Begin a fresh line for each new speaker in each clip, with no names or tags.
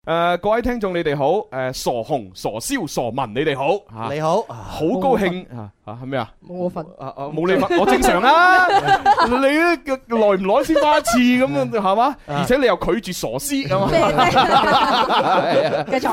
誒呃各位聽眾你哋好，誒傻紅、傻燒、傻文你哋好，嚇
你好，
好高興啊啊係咩啊？
冇我份，
Ờ,
啊啊冇你份，我正常啊！你咧耐唔耐先翻一次咁啊，係嘛？而且你又拒絕傻師咁
嗯
啊！
咩咩繼續，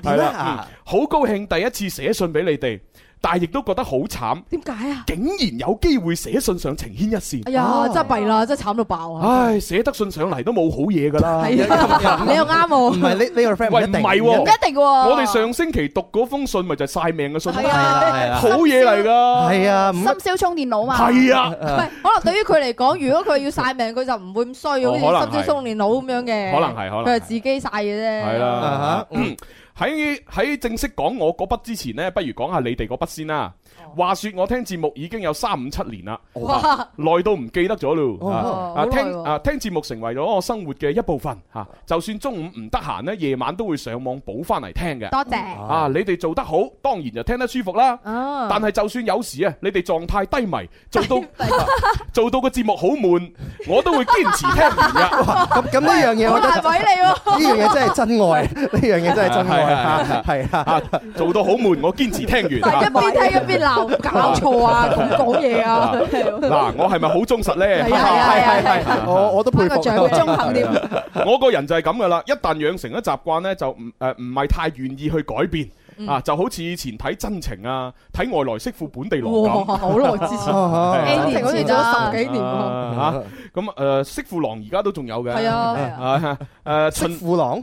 係
點
啦
啊？，
嗯好高興第一次寫信俾你哋，但係亦都覺得好慘，
點解
à?
啊？
竟然有機會寫信上情牽一線。
哎呀，真係弊啦，真係慘到爆
à?
啊！
唉，寫得信上嚟都冇好嘢噶啦。
係啊，你又啱
唔係
喎，
呢呢個 friend 唔
喂
一定，
唔係喎
唔一定喎。
啊
我哋上星期讀嗰封信咪就係晒命嘅信，
係
好
啊，
係啊
嘢嚟㗎。
係啊，唔一
深宵充電腦嘛，
係啊，
ờ,
唔係可能對於佢嚟講，如果佢要晒命，佢就唔會咁衰，
哦可
好
能
似
係
深宵充電腦咁樣嘅。
可能係可能係
佢係自己晒嘅啫。
係啦
啊。
嗯喺喺正式講我嗰筆之前呢，不如講下你哋嗰筆先啦。話說我聽節目已經有三五七年啦，
哇，
耐到唔記得咗咯。
哦
啊
Ờ,
哦
啊
好耐
聽
喎
啊聽節目成為咗我生活嘅一部分嚇、啊就算中午唔得閒呢，夜晚都會上網補翻嚟聽嘅。
多
哦
謝。
啊，
Ờ.
你哋做得好，當然就聽得舒服啦。
Ờ. 哦
啊
但係就算有時啊，你哋狀態低迷，做到
低迷
啊做到個節目好悶，我都會堅持聽完 㗎。
咁咁呢樣嘢，
好
我覺得
難為你喎。
呢樣嘢真係真愛，呢樣嘢真係真愛，係啊，
啊，做到好悶，我堅持聽完
但係一
啊。
邊聽一邊鬧，搞錯啊！
à,
咁講嘢啊！
嗱，我係咪好忠實呢？
係啊係啊係啊
我我都佩服
頒個獎好中
Dạ.
肯啲，
我個人就係咁噶啦，一旦養成咗習慣呢，就唔誒唔係太願意去改變。啊，就好似以前睇真情啊，睇外來媳婦本地郎咁。
哇！好耐
Ờ.
之前。
哦
係啊
真情好似做咗十幾年喎，
啊嚇咁誒媳婦郎而家都仲有嘅。
係啊係啊，
啊誒
媳
秦
婦郎，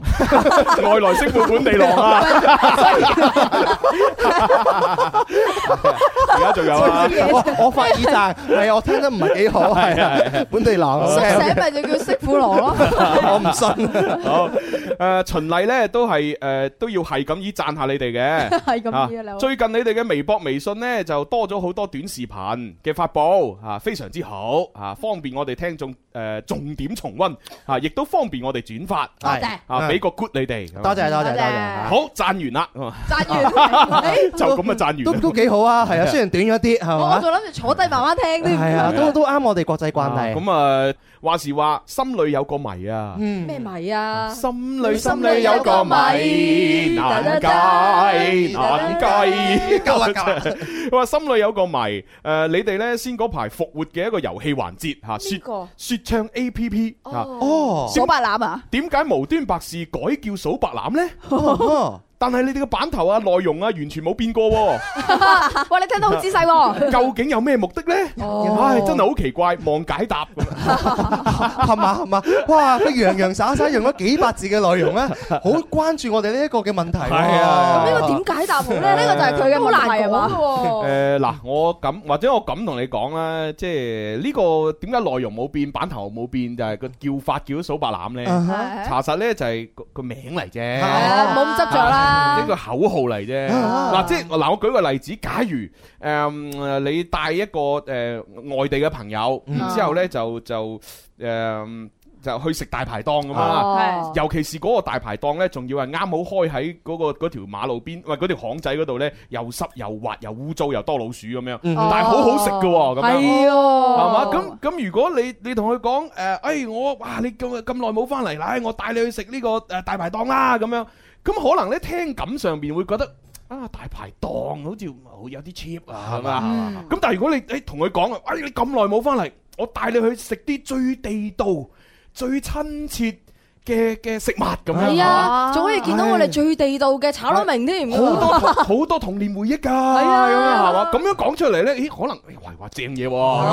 外來媳婦本地 郎啊， 而家仲有啊。
我我發耳讚，係啊我聽得唔係幾好，係啊，本地郎，
Ờ.
縮 寫咪就叫媳婦郎咯，
我唔信，
好誒秦麗呢都係誒都要係咁依讚下你哋嘅。
係咁
啊
嘅啦。
最近你哋嘅微博、微信呢，就多咗好多短視頻嘅發布，啊，非常之好，啊，方便我哋聽眾誒、呃重點重温，啊，亦都方便我哋轉發，
多謝
啊，
嗯
俾個 good 你哋，
多謝多謝多謝。
好讚完啦，
讚完，誒
就咁啊讚
都
完啦。
都幾好啊，係啊，雖然短咗啲，係
我我
嘛，
仲諗住坐低慢慢聽添。
係啊，都都啱我哋國際慣
啊
例。
咁啊，話時話心裏有個謎啊，
嗯
咩迷啊？
心裏心裏有個謎，難解難計。
夠啦夠啦，
佢話心裏有個謎，誒、你哋呢先嗰排復活嘅一個遊戲環節嚇，説
邊個？
説唱 A P P 啊，
哦，
哦，
數白欖啊？
點解無端白事改叫數白欖呢？
哦
但係你哋嘅版頭啊、內容啊，完全冇變過 喎，
哇！你聽得好仔細 喎。
究竟有咩目的呢？
哦
唉，真係好奇怪，望解答咁樣。
係嘛係嘛，哇！佢洋洋灑灑用咗幾百字嘅 內容咧，好關注我哋呢一個嘅問題喎。
係啊
咁呢個點解答好咧？呢個就係佢嘅好難係嘛？哦
誒嗱，我咁或者我咁同你講啦，即係呢個點解內容冇變、版頭冇變，就係個叫法叫咗數白欖
啊
呢。
哈
查實呢，就係個個名嚟啫。
係
係
啊，冇咁執着啦
呢。個口號嚟啫，
啊
嗱，即係嗱，我舉個例子，假如誒嗯你帶一個誒外地嘅朋友，
嗯
然之後咧就就誒就去食大排檔咁
啊
啦。
哦
尤其是嗰個大排檔呢，仲要係啱好開喺嗰個嗰條馬路邊，喂嗰條巷仔嗰度呢，又濕又滑又污糟又多老鼠咁樣，
嗯
但係好好食嘅喎，咁樣
係哦，
係嘛？咁咁如果你你同佢講誒，哎我哇你咁咁耐冇翻嚟啦，哎我帶你去食呢個誒大排檔啦咁樣，咁可能咧聽感上邊會覺得啊大排檔好似好有啲 cheap 啊，係嘛？
嗯
咁但係如果你誒同佢講啊，哎你咁耐冇翻嚟，我帶你去食啲最地道、最親切嘅嘅食物咁
係
樣。
啊，仲可以見到我哋最地道嘅炒螺明添，
好多童好多童年回憶㗎，咁
啊
樣係嘛？咁樣講出嚟咧，咦？可能喂話正嘢喎，Ờ.
Ờ,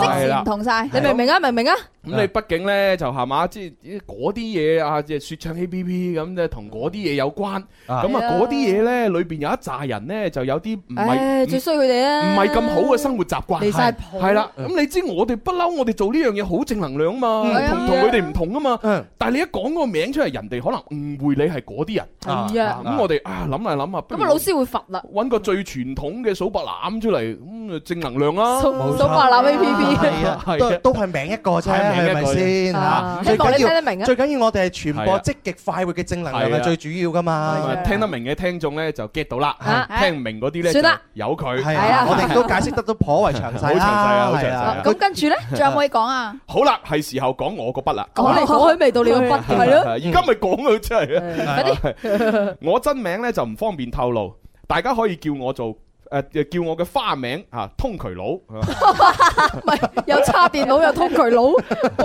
哦
係啦
同晒，
Dạ.
你明唔明啊？明唔明啊？
咁你畢竟呢，就係嘛，即係嗰啲嘢啊，即係説唱 A P P 咁咧，同嗰啲嘢有關。
啊
咁
係
啊，
啊
嗰啲嘢呢，裏邊有一紮人呢，就有啲唔
唉，
係
最衰佢哋
唔
啊！
係咁好嘅生活習慣。
離晒
係
譜
係啦，咁你知我哋不嬲，我哋做呢樣嘢好正能量嘛，
嗯
係啊
同同佢哋唔同啊嘛。
嗯
但係你一講嗰個名出嚟，人哋可能誤會你係嗰啲人。
係啊，
咁我哋啊諗嚟諗啊，不
咁
如
啊老師會罰啦，
揾個最傳統嘅數白欖出嚟，咁啊正能量啦。
數
冇錯
數白欖 A P
係
係啊
啊，都都係名一個啫，
係名一
係
個
咪
啫
先
P
嚇
啊，？希
最
望你
緊
聽
要
得明啊！
最緊要我哋係傳
係啊
播積極快活嘅正能量
係啊
係最主要噶
咁
嘛。
啊
係啊
聽得明嘅聽眾咧就 get 到啦，
啊
聽唔明嗰啲咧
算啦
就由佢。
係
係啊
啊，我哋都解釋得都頗為詳
好詳
細
細啊
啦，
好詳
係
細啊
啦。
咁跟住咧，à?
仲有冇嘢講啊？
好啦，係時候講我嗰筆啦。
講嚟講去未到了不嘅，係咯。
而家咪講佢出嚟啊！
誒快啲，
我真名呢就唔方便透露，大家可以叫我做诶、誒叫我嘅花名啊，通渠佬。
唔係又插電腦又通渠佬，我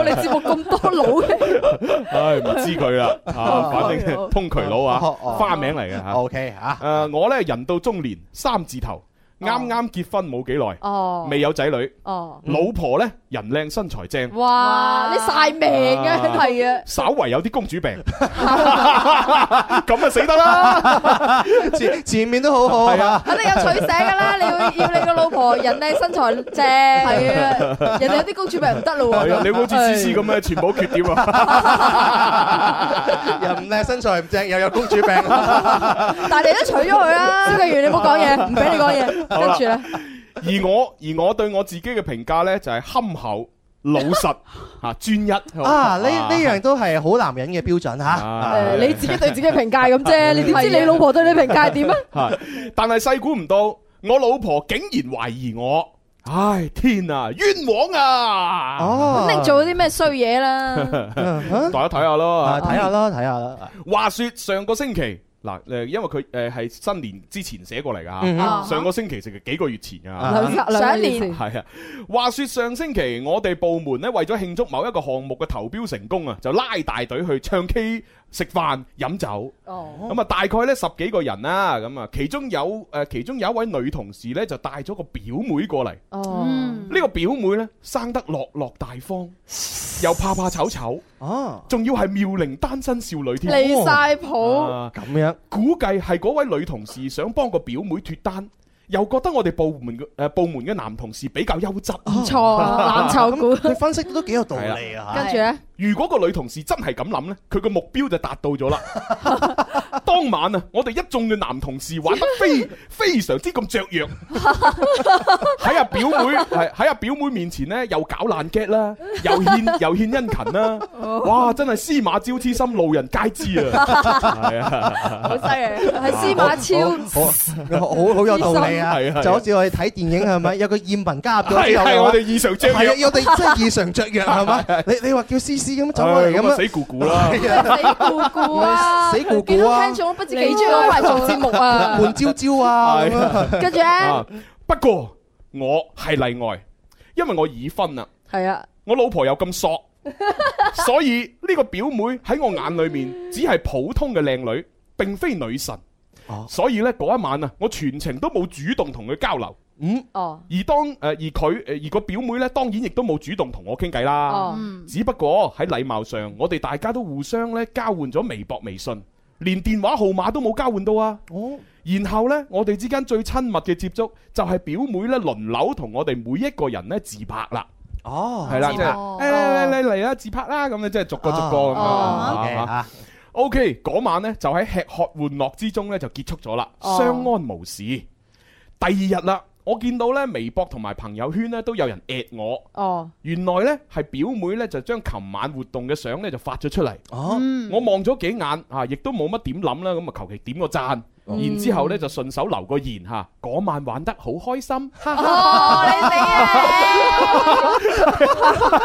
哋節目咁多佬 嘅，
唉，唔知佢啦，啊，反正通渠佬啊，
哦哦
花名嚟嘅吓。
O K 吓，
诶，我呢人到中年，三字頭，啱啱結婚冇幾耐，
哦，
未有仔女，
哦，
老婆呢人靚身材正，
哇，你晒命嘅
啊
係啊，
稍為有啲公主病， 咁啊死得啦！
前前面都好好
係啊
啊，
肯定有取捨㗎 啦，你要要你個老婆人靚身材正，係啊，人哋有啲公主病唔得咯
係
喎，
啊，你好似思思咁嘅全部缺點啊！
又唔靚身材唔正，又有公主病，
但係你都娶咗佢啦，啊蕭敬元你唔好講 嘢，唔俾你講嘢，
好啦
跟住咧，
而我而我對我自己嘅評價呢，就係憨厚、老 實、吓專一
啊呢呢樣都係好男人嘅標準吓，
啊
誒你自己對自己嘅評價咁啫，你點知
係啊
你老婆對你評價係點啊？
系，但係細估唔到，我老婆竟然懷疑我，唉天啊，冤枉啊！
哦，
肯定做咗啲咩衰嘢 啦，
嗯哼
大家睇下
啊
咯。
睇下啦睇下啦，
話說上個星期嗱，诶，因為佢诶係新年之前寫過嚟噶，
嗯
啊
上個星期成幾個月前噶
啊。
兩三
上一
兩
年
年前
係啊，話說上星期我哋部門咧為咗慶祝某一個項目嘅投標成功啊，就拉大隊去唱 K、食飯、飲酒。
哦，
咁啊，大概咧十幾個人啦，咁啊，其中有誒、呃其中有一位女同事咧就帶咗個表妹過嚟，呢、
哦，
嗯，
個表妹咧生得落落大方，又怕怕醜醜，
哦
仲要係妙齡單身少女添。
離晒譜。
啊
咁樣
估計係嗰位女同事想幫個表妹脱單，又覺得我哋部門嘅誒、呃部門嘅男同事比較優質。
唔
錯啊，藍籌股。
佢分析得都幾有道理啊
跟
嚇
住咧，
如果個女同事真係咁諗呢，佢個目標就達到咗啦。 當晚啊，我哋一眾嘅男同事玩得非 非常之咁雀躍，喺阿表妹係喺阿表妹面前呢，又搞爛 get 啦，又 獻又獻殷勤啦，
哦
哇！真係司馬昭之心，路人皆知 啊！係啊，
好犀利，係司馬超。
好好好有道理
係
啊
啊係啊！
就好似我哋睇電影係咪有個豔文加入咗
係
之
係
後嘅話
我哋異常雀
係啊，
躍，
我哋真係異常雀躍 係咪？你你話叫思思咁走過嚟
唉
咁
咁啊
樣
死咕咕啦！
係啊
死咕咕啊！
死咕咕啊
見到聽眾不知幾中意攞嚟做節目 啊！
換招招啊咁樣。
跟住咧，
啊，不過我係例外，因為我已婚啦。
係啊，
我老婆又咁索，所以呢個表妹喺我眼裏面只係普通嘅靚女，並非女神
哦。
所以呢，嗰一晚啊，我全程都冇主動同佢交流，
嗯，
哦，
而當誒、呃而佢誒而個表妹呢，當然亦都冇主動同我傾偈啦。
哦，
只不過喺禮貌上，我哋大家都互相咧交換咗微博、微信，連電話號碼都冇交換到啊！
哦，
然後呢，我哋之間最親密嘅接觸就係表妹呢輪流同我哋每一個人呢自拍啦。
哦，
系啦，
自
即
拍
係
哦
誒嚟嚟嚟嚟啦，自拍啦，咁你即係逐個逐個咁
哦
樣啊
嘅
嚇。
嚇，
O K，嗰晚呢，就喺吃喝玩樂之中呢，就結束咗啦，
哦
相安無事。第二日啦，我見到呢微博同埋朋友圈呢，都有人 at 我，
哦，
原來呢係表妹呢，就將琴晚活動嘅相呢就發咗出嚟，
哦，
嗯，
我望咗幾眼啊，亦都冇乜點諗啦，咁啊求其點個讚，
嗯
然之後呢，就順手留個言嚇，嗰晚玩得好開心，哈哈
哦，你死啊！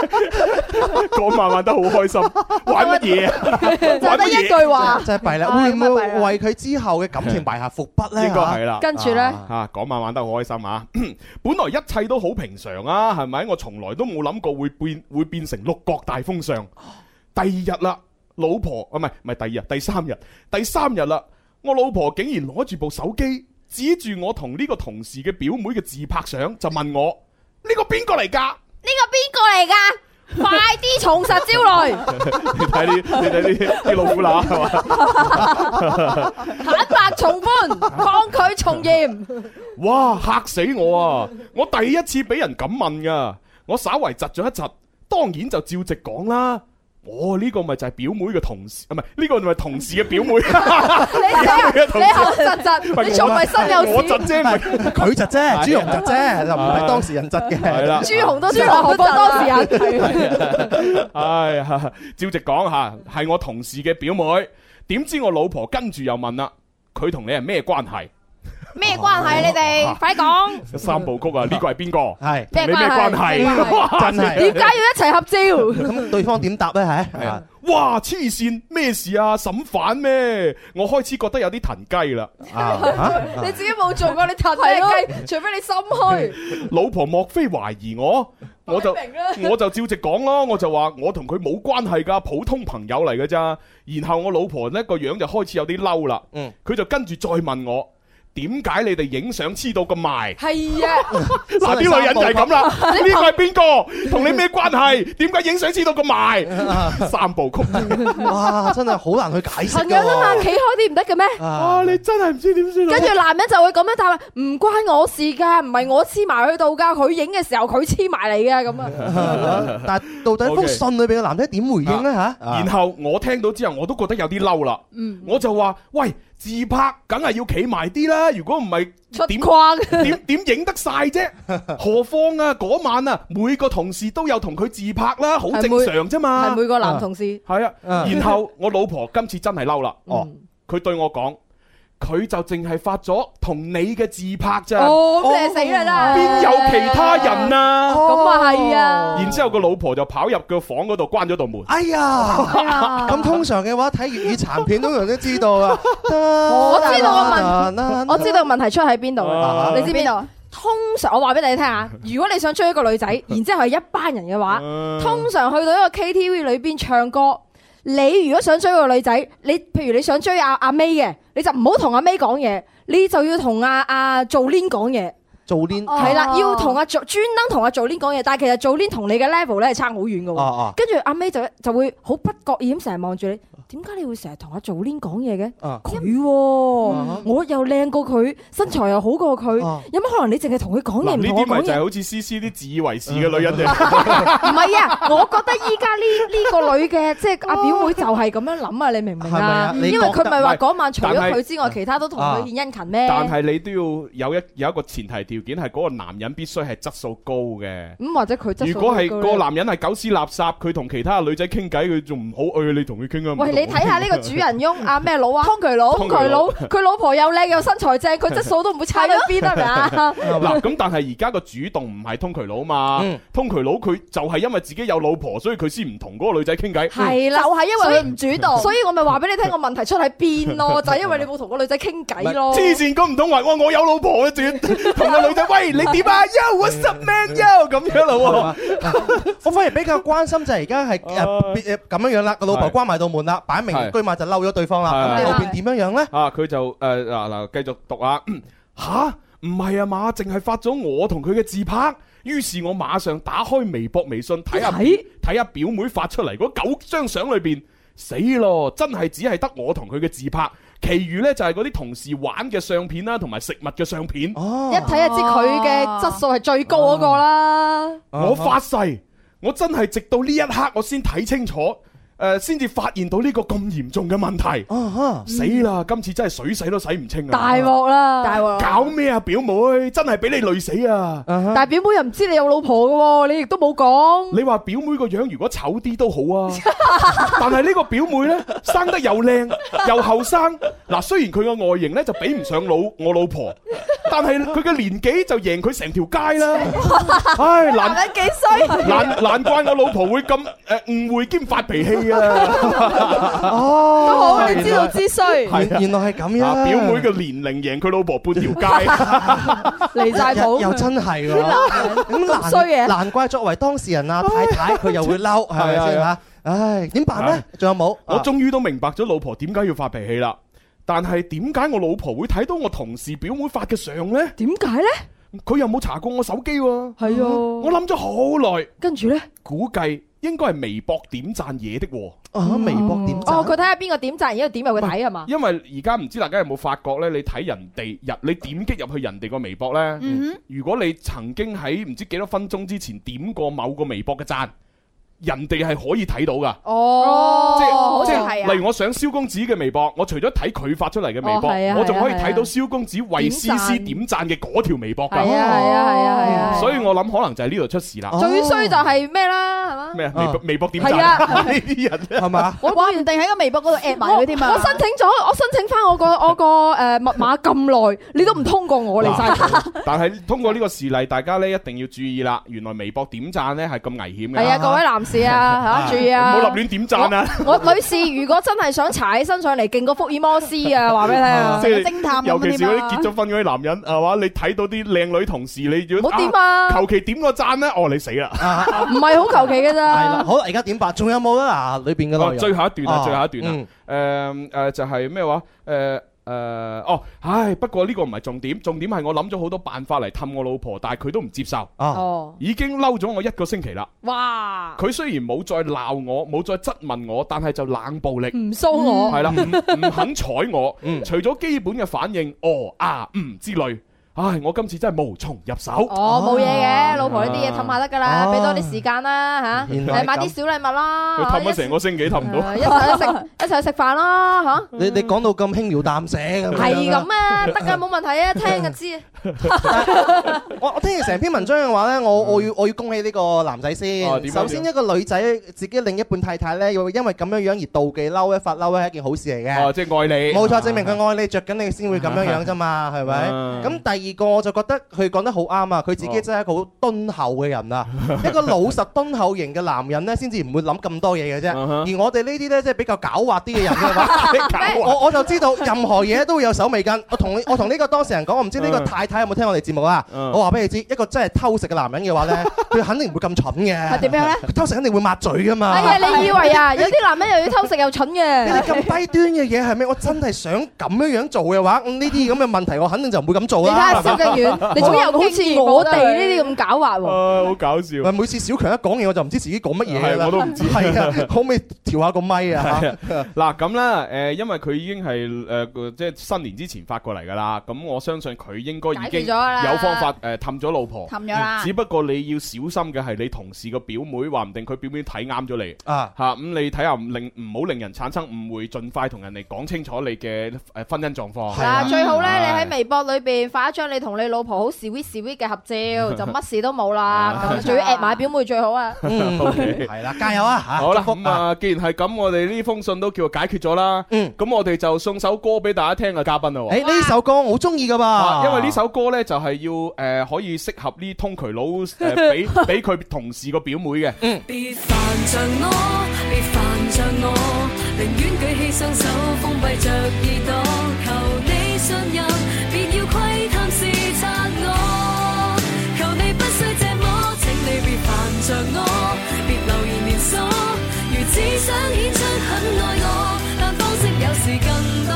嗰晚玩得好開 心，玩乜嘢啊？
就得一句話，
真係弊啦，
唉
會唔會
咁啊弊啦
為佢之後嘅感情埋下伏筆咧？
應該係啦。
跟住咧，
啊
啊，嗰晚玩得好開心啊！ 本來一切都好平常啊，係咪？我從來都冇諗過會變會變成六角大風上。第二日啦，老婆啊，唔係唔係第二日，第三日，第三日啦，我老婆竟然攞住部手機指住我同呢個同事嘅表妹嘅自拍相，就問我呢、個邊個嚟㗎？
呢個邊個嚟㗎？快啲重實招來，
你睇啲你睇啲啲老虎乸係嘛？
坦白從寬，抗拒從嚴。
哇！嚇死我啊！我第一次俾人咁問噶，我稍為窒咗一窒，當然就照直講啦。我呢、個咪就係表妹嘅同事，啊唔係呢個咪同事嘅表妹，
你死啊！
表妹嘅同
你
事。
口窒窒，你仲咪身有
我
事？
窒啫，唔係
佢窒啫，朱容窒啫，就唔係當事人窒嘅。
係啦
朱紅都朱紅好多當事人，
唉呀，照直講吓，係我同事嘅表妹。點知我老婆跟住又問啦，佢同你係咩關係？
咩關係你哋？快講，
三部曲啊，呢個係邊個？
係
同你咩關
咩關係
係？
真係。
點解要一齊合照？
咁對方點答咧？係啊
哇！黐線咩事啊？審犯咩？我開始覺得有啲騰雞啦。
啊啊！
你自己冇做過，你騰
係咯
咩雞？除非你心虛。
老婆莫非懷疑我？ 我 就
明啦
我就照直講咯，我就話我同佢冇關係㗎，普通朋友嚟㗎咋。然後我老婆呢個樣就開始有啲嬲啦，
嗯
佢就跟住再問我。點解你哋影相黐到咁 埋？
係啊，
嗱，啲女人就係咁啦。 呢個係邊個？同你咩關係？點解影相黐到咁埋？ 三部曲
哇，真係好難去解釋
朋
㗎
友啫嘛，
喎
企開啲唔得嘅咩？
啊！
啊
你真係唔知點算好
跟住男人就會咁樣答啦，唔關我事㗎，唔係我黐埋去到㗎，佢影嘅時候佢黐埋嚟嘅 咁啊。
但係到底封信裏邊嘅男仔點回應咧嚇？
然後我聽到之後，我都覺得有啲嬲啦。
嗯
我就話：喂，自拍梗係要企埋啲啦，如果唔係
出
點
框，
點點影得晒啫？何況啊，嗰晚啊，每個同事都有同佢自拍啦，好正常啫嘛
係。每個男同事。
係啊，
啊
然後我老婆今次真係嬲啦，
哦
佢對我講：佢就淨係發咗同你嘅自拍咋，
哦，咁你死啦真係
邊有其他人啊？
咁啊係啊
然之後個老婆就跑入個房嗰度關咗道門。
哎呀！
係啊
咁通常嘅話睇粵語殘片，通常都知道啊。
我
我
知道我
問
我知道問題出喺邊度啦
啊
你知邊度？通常我話俾你 聽啊，如果你想追一個女仔，然之後係一班人嘅話，啊
嗯
通常去到一個 KTV 裏邊唱歌，你如果想追個女仔，你譬如你想追阿阿 May 嘅，你就唔好同阿 May 講嘢，你就要同阿阿 Jolin 講嘢，
做呢。
哦
係啦，要同阿 Jo 專登同阿 Jolin 講嘢，但係其實 Jolin 同你嘅 level 咧係差好遠嘅
哦
喎。
哦
跟住阿 May 就就會好不覺意咁成日望住你，點解你會成日同阿 Jolin 講嘢嘅？
哦嗯
佢喎，我又靚過佢，身材又好過佢
啊，
有乜可能你淨係同佢講嘢
嗱，
唔
呢
同
啲
我
咪
講
就係
嘢？
好似思思啲自以為是嘅女人
嗯
嚟。
唔係
à?
啊，我覺得依家呢呢個女嘅即係阿表妹就係咁樣諗啊，你明唔明
係咪
啊
啊？你
因為
覺
佢
得
咪話嗰晚除咗
但係啊
佢之外，其他都同佢獻殷勤咩？
但係你都要有一有一個前提條件係嗰個男人必須係質素高嘅。
咁或者佢質素
如果係
好
個
高呢
男人係狗屎垃圾，佢同其他女仔傾偈，佢仲唔好誒？你同佢傾啊？
喂，你睇下呢個主人翁阿咩佬 啊，湯渠佬，
湯
湯
渠
渠
佬
佬，佢老婆又靚又身材正，佢質素都唔會差到 邊係咪啊？
嗱，咁但係而家個主動唔係通渠佬嘛？
嗯
通渠佬佢就係因為自己有老婆，所以佢先唔同嗰個女仔傾偈。嗯
係啦，
就係因為佢唔主動。
所以我咪話俾你聽個問題出喺 邊咯，就係因為你冇同個女仔傾偈咯。
黐線，咁唔通話哇我有老婆啊？仲要同個女仔喂你點啊？Yo what's up man yo 咁樣咯
我反而比較關心就係而家係誒
唉
誒咁樣樣啦，個老婆
係
關埋道門啦，擺明
係
居馬就嬲咗對方啦。
係
咁你
係
後邊點樣樣咧？
喎！啊，佢就誒嗱嗱繼續讀啊 吓，唔係啊嘛，淨係發咗我同佢嘅自拍。於是我馬上打開微博、微信睇下
睇
睇下表妹發出嚟嗰九張相裏邊，死咯！真係只係得我同佢嘅自拍，其餘呢就係嗰啲同事玩嘅相片啦，同埋食物嘅相片。
哦
一睇就知佢嘅質素係最高嗰個啦。
啊
我發誓，我真係直到呢一刻我先睇清楚，誒、先至發現到呢個咁嚴重嘅問題。
啊哈
死啦！今次真係水洗都洗唔清
大
啊！
鑊啦！
大鑊
搞咩啊，表妹！真係俾你累死啊！
啊哈
大表妹又唔知你有老婆嘅喎，你亦都冇講。
你話表妹個樣如果醜啲都好啊，但係呢個表妹呢，生得又靚又後生，嗱雖然佢個外形呢就比唔上老我老婆，但係佢嘅年紀就贏佢成條街啦。唉，
男
難
人幾衰，
難難怪我老婆會咁誒誤會兼發脾氣啊！
哦，
都好，你知道知衰，
原原來係咁樣
啊，表妹嘅年齡贏佢老婆半條街，
離晒
又又
譜，
真係喎，咁難
咁衰嘅
難怪作為當事人啊太太佢又會嬲，係咪先
係
嚇？唉，點辦咧？仲有冇？
我終於都明白咗老婆點解要發脾氣啦。但係點解我老婆會睇到我同事表妹發嘅相呢？
點解咧？
佢又冇查過我手機喎、
係
我
啊，
諗咗好耐，
跟住咧，
估計應該係微博點讚惹的禍，
啊微博點
哦，佢
讚？
睇下邊個點讚，然之後點入去睇係嘛？
因為而家唔知大家有冇發覺呢？你睇人哋入，你點擊入去人哋個微博呢？
嗯
如果你曾經喺唔知幾多分鐘之前點過某個微博嘅讚，人哋係可以睇到噶。
哦，
即係
好
即
似
係
係
例
啊，
如我上蕭公子嘅微博，我除咗睇佢發出嚟嘅微博，
哦係啊
我仲可以
係啊
睇到蕭公子為思思點讚嘅嗰條微博
係啊，
㗎。
係啊，係啊，係啊。
所以我諗可能就係呢度出事啦。
哦
最衰就係咩啦，係嘛？
咩啊？微博微博點
係
贊
啊
呢啲人咧，
係嘛？
我話唔定喺個微博嗰度 at 埋佢添嘛。
我申請咗，我申請翻我個我個誒密碼咁耐，你都唔通過我嚟晒。
但係通過呢個事例，大家咧一定要注意啦。原來微博點贊咧係咁危險
係
嘅，
啊，各位男士啊，嚇注意
唔
啊！
好立亂點贊啊！
我女士如果真係想搽喺身上嚟，勁過福爾摩斯啊！話俾你聽啊
即，係
偵探咁
尤其是嗰啲
嗰啲嘛
結咗婚嗰啲男人係嘛，你睇到啲靚女同事，你如
唔
果
好點啊，
求其點個贊咧，哦你死啦！
唔係好求其嘅
係啦，
咋。
好啦，而家點辦？仲有冇啦？嗱，裏邊嘅內
哦
容。
最後一段啊，
啊
最後一段啊。
嗯
誒誒就係咩話誒？誒、哦，唉，不過呢個唔係重點，重點係我諗咗好多辦法嚟氹我老婆，但係佢都唔接受，
啊，
哦，
已經嬲咗我一個星期啦。
哇，
佢雖然冇再鬧我，冇再質問我，但係就冷暴力，
唔騷我，
係啦，唔唔肯睬我，
嗯
除咗基本嘅反應，哦啊嗯之類，唉，我今次真係無從入手。
哦，冇嘢嘅，老婆呢啲嘢氹下得㗎啦，
哦
俾多啲時間啦
原
嚇，
來
誒買
咁
啲小禮物啦，
佢氹
嚇
咗成個星期，氹唔到。
誒一齊去食一齊去食飯啦嚇。
你你講到咁輕描淡寫咁樣。
係咁啊，得㗎，冇問題啊，聽就知。
我我聽完成篇文章嘅話咧，我我要我要恭喜呢個男仔
哦
先。
點樣
首先一個女仔自己另一半太太咧，要因為咁樣樣而妒忌、嬲咧、發嬲咧，係一件好事嚟
哦，
嘅。
即係愛你。
冇錯，證明佢愛你，着緊你先會咁樣樣啫嘛，係咪？
嗯
咁第二個我就覺得佢講得好啱啊！佢自己真係一個好敦厚嘅 人啊，一個老實敦厚型嘅男人咧，先至唔會諗咁多 嘢嘅啫。
嗯哼
而我哋呢啲咧，即係比較狡猾啲嘅人 嘅話。
你搞啊
我我就知道任何嘢都會有手尾跟。我同我同呢個當事人講，我唔知呢個太太有冇聽我哋節目啊？
嗯
我話俾你知，一個真係偷食嘅男人嘅話 咧，佢肯定唔會咁蠢嘅。
係點樣咧？
佢偷食肯定會抹嘴噶嘛
哎。呀，你以為啊，有啲男人又要偷食又蠢
你
嘅
哋。咁低端嘅嘢係咩？我真係想咁樣樣做嘅話，咁呢啲咁嘅問題我肯定就唔會咁
你
做
睇
啦
下。蕭敬遠，你仲有好似我哋呢啲咁狡猾喎。
啊好搞笑。
喂每次小強一講嘢，我就唔知自己講乜嘢
係
啦。
我都唔知
係啊，可唔可以調下個咪啊？嚇
嗱咁啦，誒，因為佢已經係誒個即係新年之前發過嚟㗎啦，咁我相信佢應該已經
解決咗啦
有方法誒氹咗老婆。
氹咗啦
只。不過你要小心嘅係你同事個表妹，話唔定佢表妹睇啱咗你。
啊！
吓咁、你睇下唔令唔好令人產生誤會，盡快同人哋講清楚你嘅誒婚姻狀況。
係啊
嗱，最好咧，你
唉
喺微博裏邊發一張你同你老婆好 sweet sweet 嘅合 照，就乜事都冇啦。
啊
咁仲要 at 埋表妹最好啊！
嗯
OK
係啦，加油啊！嚇
好啦，
祝福
咁啊，既然係咁，我哋呢封信都叫解決咗啦。
嗯哎
咁我哋就送首歌俾大家聽啊，嘉賓啦喎。
誒呢首歌我好中意噶
啊
噃，
因為呢首歌呢，就係要誒、呃可以適合呢通渠佬誒俾 俾佢同事個表妹嘅，
別煩着我，別煩着我，寧願舉起雙手，封閉着耳朵，求你信任，別要窺探視察我，求你不需這麼，請你別煩着我，別流言連鎖，如只想顯出很愛我，但方式有時更多，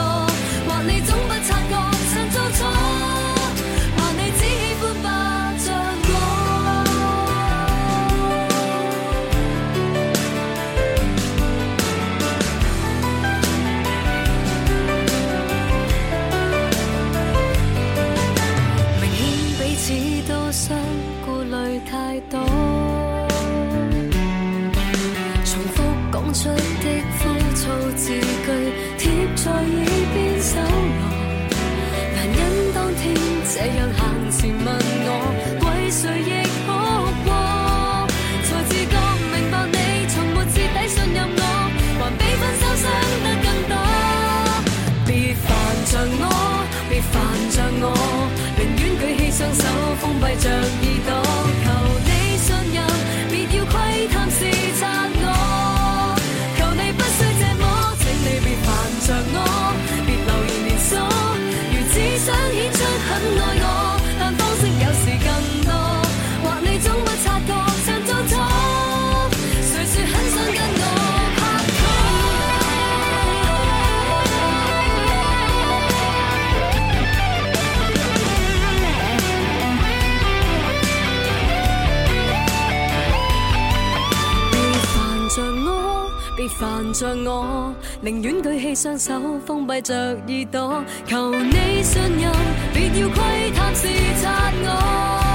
或你總不察覺，趁做錯，或你只喜歡霸着我。明顯彼此都相顧慮太多，重複講出的枯燥字句貼在耳邊搜羅，男人當天這樣行前問我，為誰亦可過，才自覺明白你從沒徹底信任我，還比分手傷得更多。別煩着我，別煩着我，寧願舉起雙手，封閉着耳朵，求你信任，別要窺探視察我，求你不需這麼，請你別煩着我，別流言連鎖，如只想顯出很愛我，但方式有時更多，或你總不察覺，常做錯，誰說很想跟我拍拖？別煩着我，別煩着我，寧願舉起雙手，封閉着耳朵，求你信任，別要窺探視察我。